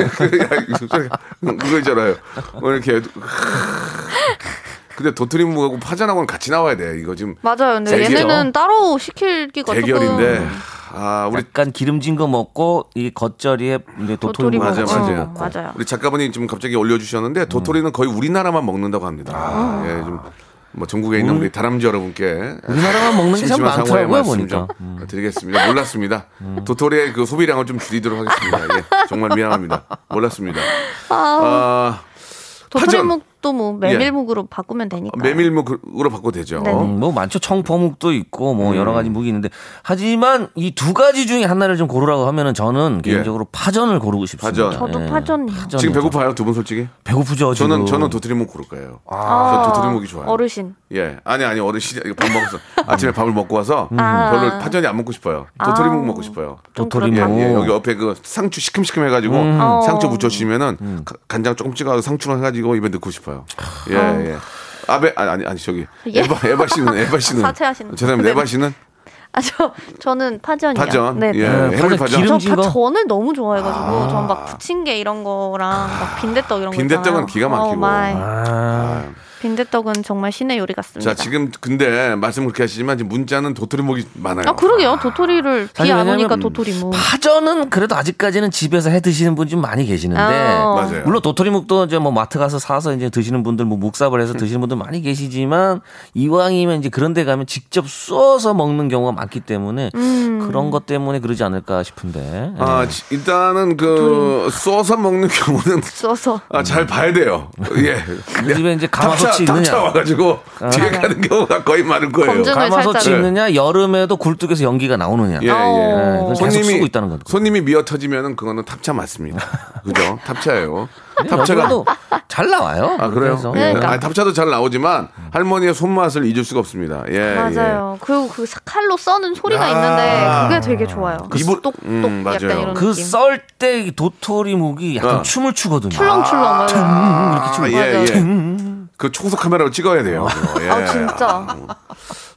그거 있잖아요 뭐 이렇게 근데 도토리묵하고 파전하고는 같이 나와야 돼 이거 지금
맞아요. 근데
대결.
얘네는 따로 시킬기가
대결인데
조금
아 우리
약간 기름진 거 먹고 이 겉절이에 이제 도토리
도토리묵.
맞아요, 맞아요.
어, 맞아요.
우리 작가분이 지금 갑자기
음.
올려주셨는데 도토리는 거의 우리나라만 먹는다고 합니다
아.
예, 좀 뭐 전국에 있는
음.
우리 다람쥐 여러분께
우리나라만 아, 먹는 게참
심심한 상황에
많더라고요,
말씀 좀
보니까. 음.
드리겠습니다. 몰랐습니다. 도토리의 그 소비량을 좀 줄이도록 하겠습니다. 예, 정말 미안합니다. 몰랐습니다.
아,
아,
도토리묵도 뭐 메밀묵으로 바꾸면 되니까.
아, 메밀묵으로 바꿔도 되죠.
네.
음, 뭐 많죠. 청포묵도 있고
음.
뭐 여러 가지 무기 있는데 하지만 이 두 가지 중에 하나를 좀 고르라고 하면은 저는
예.
개인적으로 파전을 고르고 싶습니다. 예.
파전. 저도
파전이요.
지금 배고파요, 두 분 솔직히?
배고프죠. 어, 지금. 뭐.
저는 저는 도토리묵 고를 거예요.
아,
저 도토리묵이 좋아요.
어르신.
예, 아니 아니 어르신 이거 밥 먹었어.
음.
아침에 밥을 먹고 와서
아.
별로 파전이 안 먹고 싶어요. 도토리묵
아.
먹고 싶어요.
도토리묵.
예, 예, 여기 옆에 그 상추 시큼시큼 해가지고
음.
어.
상추 무쳐주시면은 가- 간장 조금 찍어 상추랑 해가지고 입에 넣고 싶어요. 예
어.
예. 아베 아니 아니, 아니 저기
예?
에바 에바 씨는 에바 씨는
사퇴하시는-
죄송합니다
네.
에바 씨는
아, 저, 저는 파전이요.
파전.
네.
예,
네.
해물 파전.
저
기름진 거?
파, 전을 너무 좋아해가지고, 전 막 부침개 이런 거랑 막 빈대떡 이런 거.
아, 빈대떡은
있잖아요.
기가 막히고.
어, 마이.
아.
빈대떡은 정말 신의 요리 같습니다.
자 지금 근데 말씀 그렇게 하시지만 지금 문자는 도토리묵이 많아요.
아, 그러게요. 도토리를 비
사실
안 오니까
왜냐면
도토리묵.
파전은 그래도 아직까지는 집에서 해 드시는 분 좀 많이 계시는데
어.
맞아요.
물론 도토리묵도 이제 뭐 마트 가서 사서 이제 드시는 분들 뭐 묵sab을
음.
해서 드시는 분들 많이 계시지만 이왕이면 이제 그런 데 가면 직접 쏘서 먹는 경우가 많기 때문에 그런 것 때문에 그러지 않을까 싶은데.
음. 아 지- 일단은 그 쏘서 먹는 경우는
써서.
아, 잘 봐야 돼요. 예.
우리 그 집에 이제 가마솥이
탑차- 탑차
있느냐.
와가지고 뒤에
아.
가는 경우가 거의 많을 거예요.
가마솥이 있느냐 여름에도 굴뚝에서 연기가 나오느냐.
네.
어.
예, 예.
네, 그건 계속 쓰고 있다는 거.
손님이 미어 터지면은 그거는 탑차 맞습니다. 그죠? 탑차예요. 탑차가
네, 여기도 잘 나와요.
아 그래요?
그래서.
예.
그러니까.
아, 탑차도 잘 나오지만 할머니의 손맛을 잊을 수가 없습니다. 예,
맞아요. 그리고 그 사- 칼로 써는 소리가
아.
있는데, 그게 되게 좋아요.
예. 이불 똑똑 음, 맞아요.
약간 이런
그
느낌.
썰 때 도토리묵이 약간
어.
춤을 추거든요.
출렁출렁.
음,
맞아요.
아, 예, 예. 그 초속 카메라로 찍어야 돼요.
음.
그거. 예.
아, 진짜.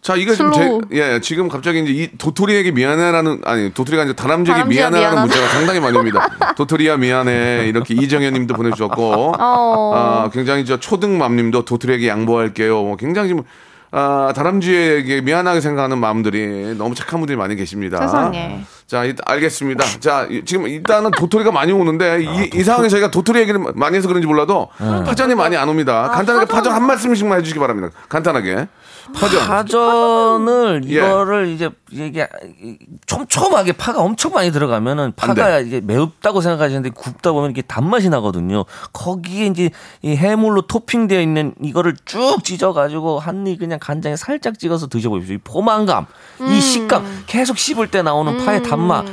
자, 이거 지금 제,
슬로우.
예, 지금 갑자기 이제 이 도토리에게 미안해라는 아니 도토리가 이제 다람쥐에게
다람쥐야
미안해라는
미안하다.
문제가 상당히 많이 옵니다. 도토리야 미안해 이렇게 이정현님도 보내주셨고,
어.
아 굉장히 저 초등맘님도 도토리에게 양보할게요. 뭐 굉장히 지금 아 다람쥐에게 미안하게 생각하는 마음들이 너무 착한 분들이 많이 계십니다.
세상에.
자, 일- 알겠습니다. 자, 이- 지금 일단은 아, 도토리가 네. 많이 오는데 이, 이 상황에 저희가 도토리 얘기를 많이 해서 그런지 몰라도 파전이 많이 안
아,
옵니다. 간단하게 파전 한 말씀씩만 해주시기 바랍니다. 간단하게. 파전.
파전을
예.
이거를 이제 이게- 이게 촘촘하게 파가 엄청 많이 들어가면은 파가 이게 매웁다고 생각하시는데 굽다 보면 이게 단맛이 나거든요. 거기에 이제 이 해물로 토핑되어 있는 이거를 쭉 찢어가지고 한 입 그냥 간장에 살짝 찍어서 드셔보십시오. 이 포만감, 이 식감, 계속 씹을 때 나오는 파의 단맛.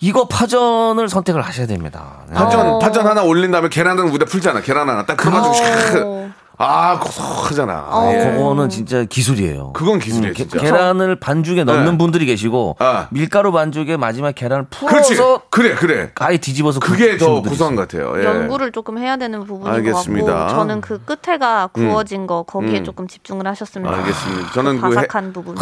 이거 파전을 선택을 하셔야 됩니다. 네.
파전 파전 하나 올린 다음에 계란은 우리가 풀잖아. 계란 하나 딱 그래가지고
어.
샥. 아 고소하잖아.
아,
예.
그거는 진짜 기술이에요. 음,
그건 기술이에요, 진짜.
계란을 반죽에 넣는
네. 아.
분들이 계시고 밀가루 반죽에 마지막 계란을
그렇지.
풀어서
그래 그래.
아예 뒤집어서
그게
굽히신
더
분들이
고소한 것 같아요. 예.
연구를 조금 해야 되는 부분인
알겠습니다.
것 같고 저는 그 끝에가
음.
구워진 거 거기에
음.
조금 집중을 하셨으면
알겠습니다. 저는 그 해-
바삭한 부분.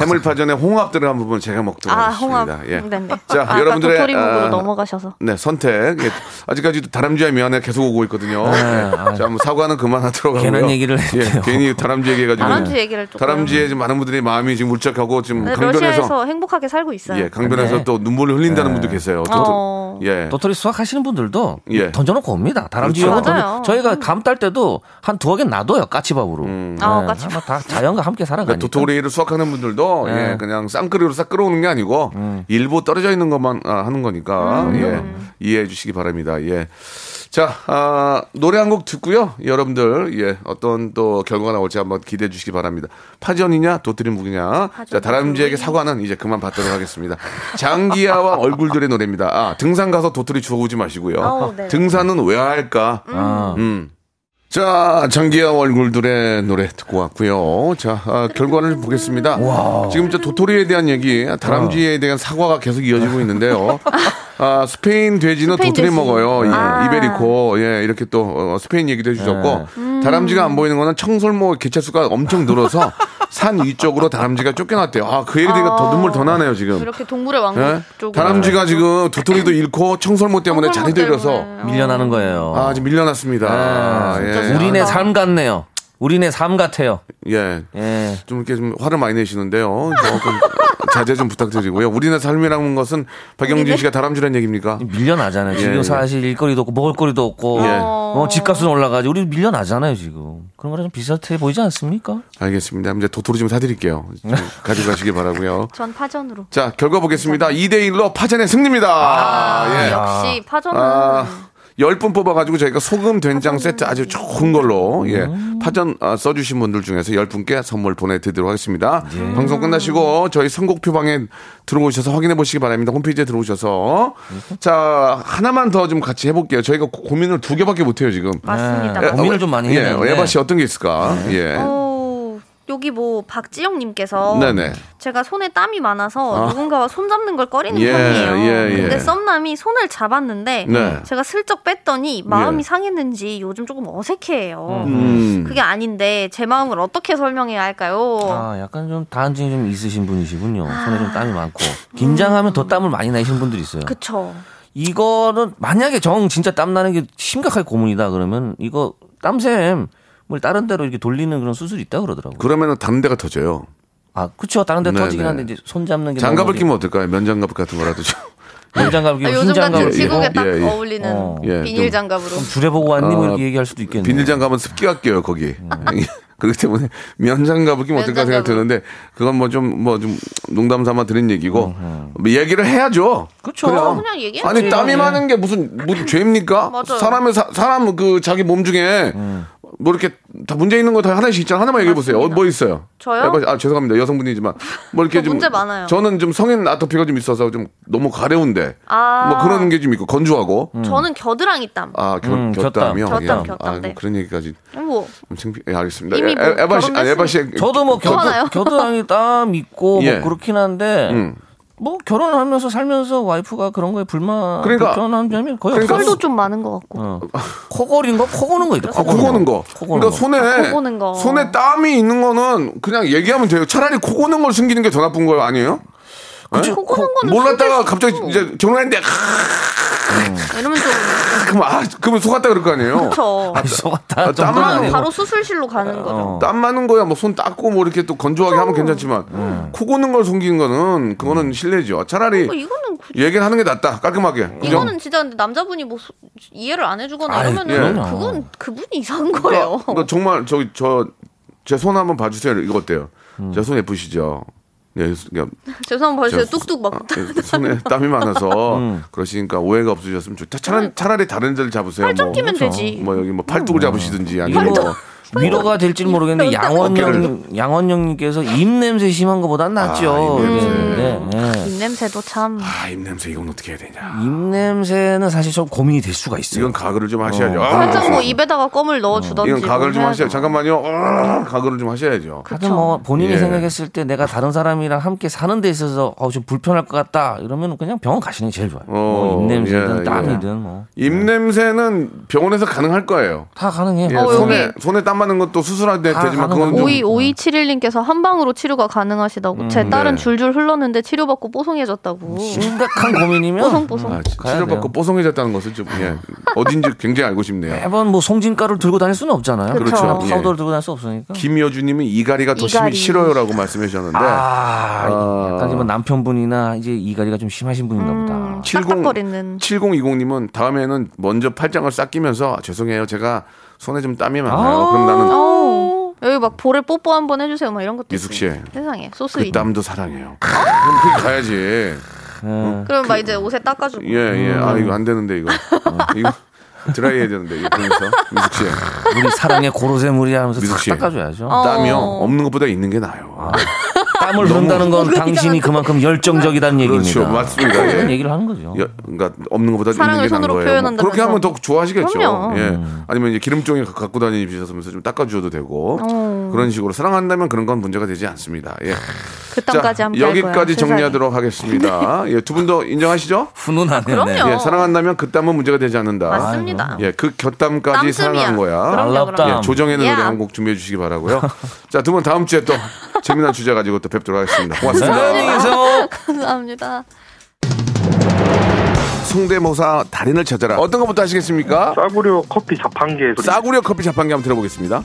해물파전에 홍합 들어간 부분 제가 먹도록
아
하겠습니다.
홍합.
예.
네네.
자
아,
여러분들의
아까 도토리묵으로
아,
넘어가셔서.
네 선택. 예. 아직까지도 다람쥐의 미안해 계속 오고 있거든요.
네,
예.
아.
자, 한번 사과는 그만하도록 하고요.
괜한 얘기를 했네요.
예, 괜히 다람쥐 얘기해가지고
다람쥐 얘기를 조금.
다람쥐에 지금 많은 분들이 마음이 지금 울적하고 지금
네,
강변에서
러시아에서 행복하게 살고 있어요.
예, 강변에서
네.
또 눈물을 흘린다는 분도 계세요. 또,
어.
예.
도토리 수확하시는 분들도
예.
던져놓고 옵니다. 다람쥐
그렇죠.
영어 던-
맞아요.
저희가 감 딸 때도 한 두어 개 놔둬요. 까치밥으로. 네,
아, 까치밥.
아마 다 자연과 함께 살아가니까.
그러니까 음. 도토리를 수확하는 분들도
네.
예, 그냥 쌍끌이로 싹 끌어오는 게 아니고 일부 떨어져 있는 것만 아, 하는 거니까 예, 이해해 주시기 바랍니다. 예. 자 아, 노래 한 곡 듣고요. 여러분들 예, 어떤 또 결과가 나올지 한번 기대해 주시기 바랍니다. 파전이냐 도토리묵이냐. 자 다람쥐에게 사과는 이제 그만 받도록 하겠습니다. 장기야와 얼굴들의 노래입니다. 아, 등산 가서 도토리 주워오지 마시고요.
아우, 네.
등산은 왜 할까?
어. 아,
음. 자, 장기야 얼굴들의 노래 듣고 왔고요. 자, 아, 결과를 보겠습니다. 지금 저 도토리에 대한 얘기, 다람쥐에 대한 사과가 계속 이어지고 있는데요. 아, 스페인 돼지는
스페인
도토리
돼지.
먹어요. 예,
아.
이베리코. 예, 이렇게 또 어, 스페인 얘기도 해주셨고,
네. 음.
다람쥐가 안 보이는 거는 청솔모 개체수가 엄청 늘어서 산 위쪽으로 다람쥐가 쫓겨났대요. 아, 그 얘기 되니까 더 눈물 더 나네요, 지금.
이렇게 동물의 왕국
예?
쪽으로.
다람쥐가 지금 도토리도 잃고 청설모 때문에 자리도 잃어서
음.
밀려나는 거예요. 네.
아, 지금 밀려났습니다. 아, 예.
우리네 삶 같네요. 우리네 삶 같아요.
예. 좀 이렇게 좀 화를 많이 내시는데요. 조금 자제 좀 부탁드리고요. 우리네 삶이라는 것은 박영진 씨가 다람쥐란 얘기입니까?
밀려나잖아요. 지금
예, 예.
사실 일거리도 없고 먹을거리도 없고
예.
어, 집값은 올라가지 우리 밀려나잖아요 지금. 그런 거랑 좀 비슷해 보이지 않습니까?
알겠습니다. 이제 도토리 좀 사드릴게요. 좀 가져가시길 바라고요.
전 파전으로.
자, 결과 보겠습니다. 2대1로 파전의 승리입니다. 아,
역시 파전은.
아, 10분 뽑아가지고 저희가 소금 된장 세트
네.
아주 좋은 걸로 예,
음.
파전 아, 써주신 분들 중에서 10분께 선물 보내드리도록 하겠습니다.
예.
방송 끝나시고 저희 선곡표방에 들어오셔서 확인해 보시기 바랍니다. 홈페이지에 들어오셔서
네.
자 하나만 더 좀 같이 해볼게요. 저희가 고- 고민을 두 개밖에 못해요 지금.
맞습니다.
예,
아, 고민을
어,
좀 많이 네.
예,
해야 되는데.
에바 씨 어떤 게 있을까? 예.
어.
오, 여기 뭐 박지영님께서
네네.
제가 손에 땀이
아.
많아서 누군가와 손 잡는 걸 꺼리는
예,
편이에요.
예, 예.
근데 썸남이 손을 잡았는데
네.
제가 슬쩍 뺐더니 마음이
예.
상했는지 요즘 조금 어색해해요.
음.
그게 아닌데 제 마음을 어떻게 설명해야 할까요?
어.
아, 약간 좀 다한증이 좀 있으신 분이시군요.
아.
손에 좀 땀이 많고 긴장하면 더 땀을 많이 내시는 분들이 있어요.
그쵸.
이거는 만약에 정 진짜 땀 나는 게 심각하게 고문이다 그러면 이거 땀샘을 뭐 다른 데로 이렇게 돌리는 그런 수술이 있다 그러더라고요.
그러면은 담대가 터져요.
아, 그렇죠. 다른 데
네네.
터지긴 한데 이제 손 잡는 게
장갑을
너무
끼면 어떨까요? 면장갑 같은 거라도 좀.
면장갑
아,
끼고
요즘
흰 장갑을
같은
끼고
지국에 딱
예, 예.
어울리는
어. 예,
비닐
좀-
장갑으로.
줄여보고 왔니? 뭐
아,
이렇게 얘기할 수도 있겠네요.
비닐장갑은 습기가 껴요 거기.
음.
그렇기 때문에 면장갑을 끼면 어떨까 생각 드는데 그건 뭐 좀 뭐 좀 농담 삼아 드린 얘기고 뭐 얘기를 해야죠.
음, 그쵸. 어,
그냥.
그냥 얘기해야지.
아니 땀이
예.
많은 게 무슨 무슨 죄입니까?
맞아요. 음.
사람의 사, 사람 그 자기 몸 중에 뭐 이렇게 다 문제 있는 거 다 하나씩 있잖아. 하나만 얘기해 보세요. 어, 뭐 있어요?
저요?
에바 씨, 아 죄송합니다 여성분이지만 뭐 이렇게
저
좀
문제 많아요.
저는 좀 성인 아토피가 좀 있어서 좀 너무 가려운데
아.
뭐 그런 게 좀 있고 건조하고.
저는 겨드랑이 땀. 뭐
아, 겨,
음,
땀이요 예. 아,
곁담, 곁담, 네.
그런 얘기까지.
뭐
좀 창피. 예, 알겠습니다.
이미 뭐
에, 에바 씨, 아니, 에바 그 씨.
저도 뭐 겨드,
하나요?
겨드랑이 땀 있고
예.
뭐 그렇긴 한데
음.
뭐 결혼하면서 살면서 와이프가 그런 거에 불만
그러니까-
불편한 점이 거의
그러니까- 아,
없어요.
털도 좀 많은 것 같고.
코 고린 거, 코 고는 거 있다.
코 고는 거. 그러니까 손에
아, 코 고는 거.
손에 땀이 있는 거는 그냥 얘기하면 돼요. 차라리 코 고는 걸 숨기는 게 더 나쁜 거예요, 아니에요?
네?
예?
코 고는 거는
몰랐다가
숨길 수
갑자기
있고.
이제 결혼했는데
이러면 좀
그럼 아 그러면 속았다 그럴 거 아니에요.
그쵸.
아, 어.
속았다.
땀 많은 거.
바로 수술실로 가는 거죠.
땀 많은 거야 뭐 손 닦고 뭐 이렇게 또 건조하게 하면 괜찮지만 코 고는 걸 숨기는 거는 그거는 실례죠. 차라리
어, 이거는 그-
얘기를 하는 게 낫다. 깔끔하게. 그죠?
이거는 진짜 근데 남자분이 뭐 소- 이해를 안 해주거나
아이,
이러면은
예.
그건 그분이 이상한 거예요.
아, 음. 그러니까 정말 저기 저 제 손 한번 봐주세요. 이거 어때요? 제 손 예쁘시죠? 예, 그러니까
죄송합니다. 벌써
제가
뚝뚝 막.
예, 손에 땀이 많아서 그러시니까 오해가 없으셨으면 좋겠다. 차라리, 차라리 다른 데를 잡으세요.
팔뚝
뭐.
끼면 되지.
뭐 여기 뭐 팔뚝을 잡으시든지 아니면
이거
뭐
위로가 될지 는 모르겠는데 양원영
어깨를-
양원영님께서 입 냄새 심한 것보단 낫죠.
아, 입냄새.
이랬는데,
네.
예.
입냄새도 참.
아, 입냄새 이건 어떻게 해야 되냐.
입 냄새는 사실 좀 고민이 될 수가 있어요.
이건 가글을 좀 하셔야죠. 아,
살짝 뭐 입에다가 껌을 넣어주던지.
이건 가글 좀
뭐
하셔야 잠깐만요. 어, 가글을 좀 하셔야죠.
하여튼 뭐 본인이
예.
생각했을 때 내가 다른 사람이랑 함께 사는 데 있어서 어, 좀 불편할 것 같다 이러면 그냥 병원 가시는 게 제일 좋아요.
어,
뭐 입냄새든
예, 예.
땀이든 뭐.
입냄새는 병원에서 가능할 거예요.
다 가능해요.
예,
어,
손에
여기-
손에 땀 맞는 것도 수술할 때
다
되지만
가능한
그거는 좀
오이 오이 칠일님께서 한 방으로 치료가 가능하시다고.
음,
제 딸은
네.
줄줄 흘렀는데 치료받고 뽀송해졌다고.
음.
심각한 고민이면
뽀송뽀송.
아, 치료받고 뽀송해졌다는 것을 좀 예. 어딘지 굉장히 알고 싶네요.
매번 뭐 송진가루를 들고 다닐 수는 없잖아요.
그렇죠. 그렇죠.
파우더를 들고 다닐 수 없으니까.
김여주님은 이가리가 더 심히
이가리.
싫어요라고 말씀해 주셨는데
아,
어,
약간 지금 남편분이나 이제 이가리가 좀 심하신
음.
분인가
아,
보다.
음,
70, 7020님은 다음에는 먼저 팔짱을 싹 끼면서 아, 죄송해요 제가 손에 좀 땀이 많아요. 그럼 나는
아우, 어. 여기 막 볼에 뽀뽀 한 번 해주세요. 막 이런 것도.
미숙
있어요.
씨.
세상에 소스.
그 땀도 사랑해요. 그럼 그렇게 가야지. 응?
그럼 막 이제 옷에 닦아주고.
예, 예. 아, 이거 안 되는데, 이거. 어, 이거 드라이 해야 되는데, 이거 보면서. 미숙 씨.
우리 사랑의 고로쇠 물이 하면서
미숙
싹
씨.
닦아줘야죠.
땀이요.
어.
없는 것보다 있는 게 나아요.
땀을 흘린다는 건 당신이 그만큼 열정적이다는 얘기입니다.
그렇죠. 맞습니다. 예.
그런 얘기를 하는 거죠.
여- 그러니까 없는 것보다 있는
사랑을
게 나은
손으로
거예요. 뭐
표현한다면서.
그렇게 하면 더 좋아하시겠죠.
그럼요. 음.
예. 아니면 이제 기름종이 가- 갖고 다니시면서 좀 닦아주셔도 되고
어.
그런 식으로 사랑한다면 그런 건 문제가 되지 않습니다. 예.
그 땀까지
자,
함께 할 거야,
여기까지
세상에.
정리하도록 하겠습니다. 예, 두 분도 인정하시죠?
훈훈하네요. 네.
그럼요.
예, 사랑한다면 그 땀은 문제가 되지 않는다.
어. 맞습니다.
예, 그 곁땀까지
땀뜸이야.
사랑하는 거야.
그럼요, 알랍땀. 그럼요.
예, 조정의 노래
야.
한 곡 준비해 주시기 바라고요. 자, 두 분 다음 주에 또 재미난 주제 가지고 또 뵙도록 하겠습니다. 고맙습니다.
네.
계속.
감사합니다.
송대모사 달인을 찾아라. 어떤 것부터 하시겠습니까?
싸구려 커피 자판기의 소리.
싸구려 커피 자판기 한번 들어보겠습니다.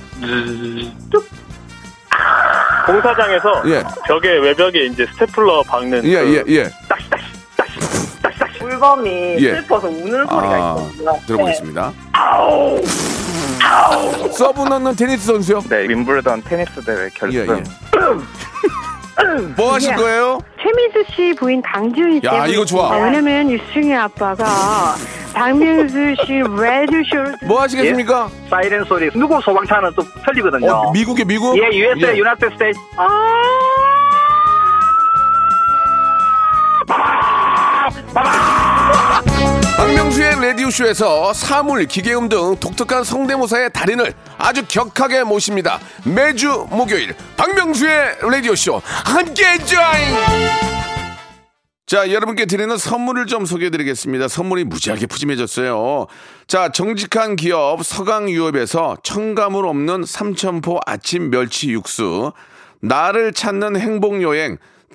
공사장에서
예.
벽에 외벽에 이제 스테플러 박는
예,
그
예, 예.
물범이
예.
슬퍼서 우는 소리가
아,
있거든요.
들어보겠습니다. 서브 넣는 테니스 선수요?
네, 윈블던 테니스 대회 결승.
예,
뭐 하실 예, 거예요?
최민수 씨 부인 강지훈 씨.
야,
때문에
이거 좋아.
아, 왜냐면 유승희 아빠가 박명수 씨 레드쇼를.
뭐 하시겠습니까?
예, 사이렌 소리. 누구 소방차는 또 틀리거든요.
어, 미국에 미국?
예, USA,
예.
United States.
박명수의 라디오쇼에서 사물, 기계음 등 독특한 성대모사의 달인을 아주 격하게 모십니다. 매주 목요일 박명수의 라디오쇼 함께 join! 자, 여러분께 드리는 선물을 좀 소개해 드리겠습니다. 선물이 무지하게 푸짐해졌어요. 자, 정직한 기업 서강유업에서 청가물 없는 삼천포 아침 멸치 육수, 나를 찾는 행복여행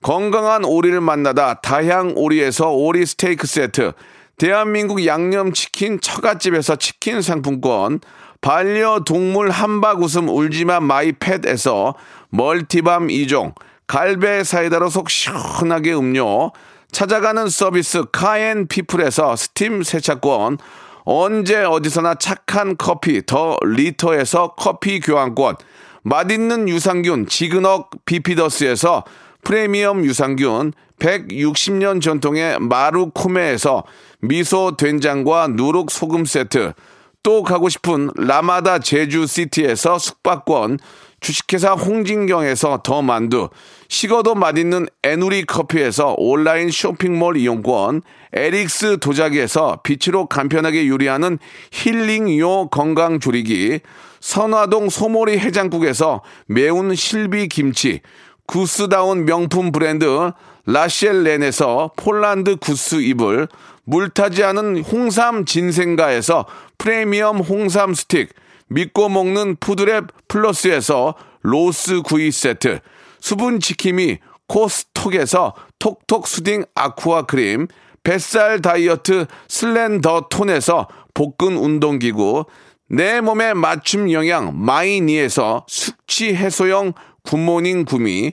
건강한 오리를 만나다 다향 오리에서 오리 스테이크 세트, 대한민국 양념치킨 처갓집에서 치킨 상품권, 반려동물 함박 웃음 울지마 마이팻에서 멀티밤 2종, 갈배 사이다로 속 시원하게 음료, 찾아가는 서비스 카엔 피플에서 스팀 세차권, 언제 어디서나 착한 커피 더 리터에서 커피 교환권, 맛있는 유산균 지그넉 비피더스에서 프리미엄 유산균 160년 전통의 마루코메에서 미소 된장과 누룩 소금 세트 또 가고 싶은 라마다 제주시티에서 숙박권 주식회사 홍진경에서 더 만두 식어도 맛있는 에누리 커피에서 온라인 쇼핑몰 이용권 에릭스 도자기에서 빛으로 간편하게 요리하는 힐링요 건강조리기 선화동 소모리 해장국에서 매운 실비 김치 구스다운 명품 브랜드 라셸렌에서 폴란드 구스 이불, 물타지 않은 홍삼 진생가에서 프리미엄 홍삼 스틱, 믿고 먹는 푸드랩 플러스에서 로스 구이 세트, 수분 지킴이 코스톡에서 톡톡 수딩 아쿠아 크림, 뱃살 다이어트 슬렌더 톤에서 복근 운동기구, 내 몸에 맞춤 영양 마이니에서 숙취 해소용 굿모닝 구미,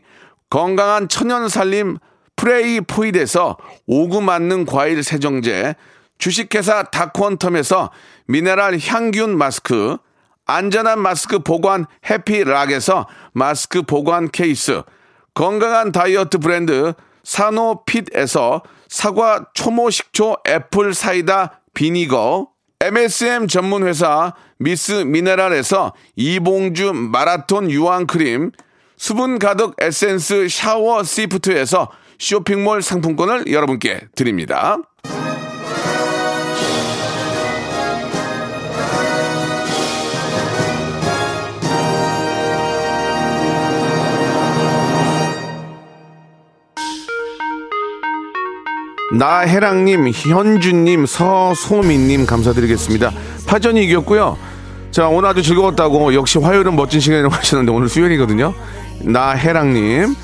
건강한 천연 살림 프레이 포일에서 오구 맞는 과일 세정제, 주식회사 다콘텀에서 미네랄 향균 마스크, 안전한 마스크 보관 해피락에서 마스크 보관 케이스, 건강한 다이어트 브랜드 산호핏에서 사과 초모 식초 애플 사이다 비니거, MSM 전문 회사 미스 미네랄에서 이봉주 마라톤 유황 크림, 수분 가득 에센스 샤워 시프트에서 쇼핑몰 상품권을 여러분께 드립니다. 나혜랑님, 현준님, 서소민님 감사드리겠습니다. 파전이 이겼고요. 자 오늘 아주 즐거웠다고 역시 화요일은 멋진 시간이라고 하시는데 오늘 수요일이거든요. 나혜랑님.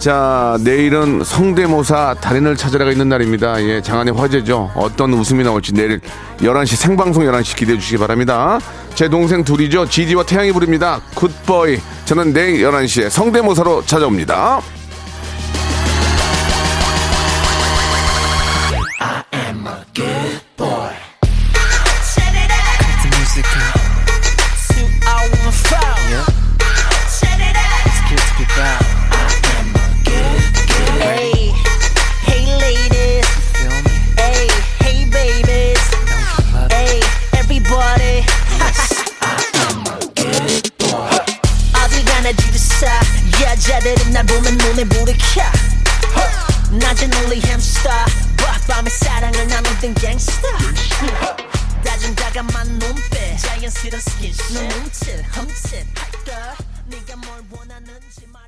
자 내일은 성대모사 달인을 찾으라가 있는 날입니다. 예 장안의 화제죠. 어떤 웃음이 나올지 내일 11시 생방송 11시 기대해 주시기 바랍니다. 제 동생 둘이죠. 지디와 태양이 부릅니다. 굿보이. 저는 내일 11시에 성대모사로 찾아옵니다.
Hey, hey ladies. Hey, hey babies. Hey, everybody. 어디 가나 주사 여자들은 날 보면 눈에 불이 켜. 낮은 우리 햄스터, 밤에 사랑을 나누던 갱스터. 다진 다감한 눈빛, 자연스런 스킨십, 눈 훔친 훔친 할까? 네가 뭘 원하는지 말.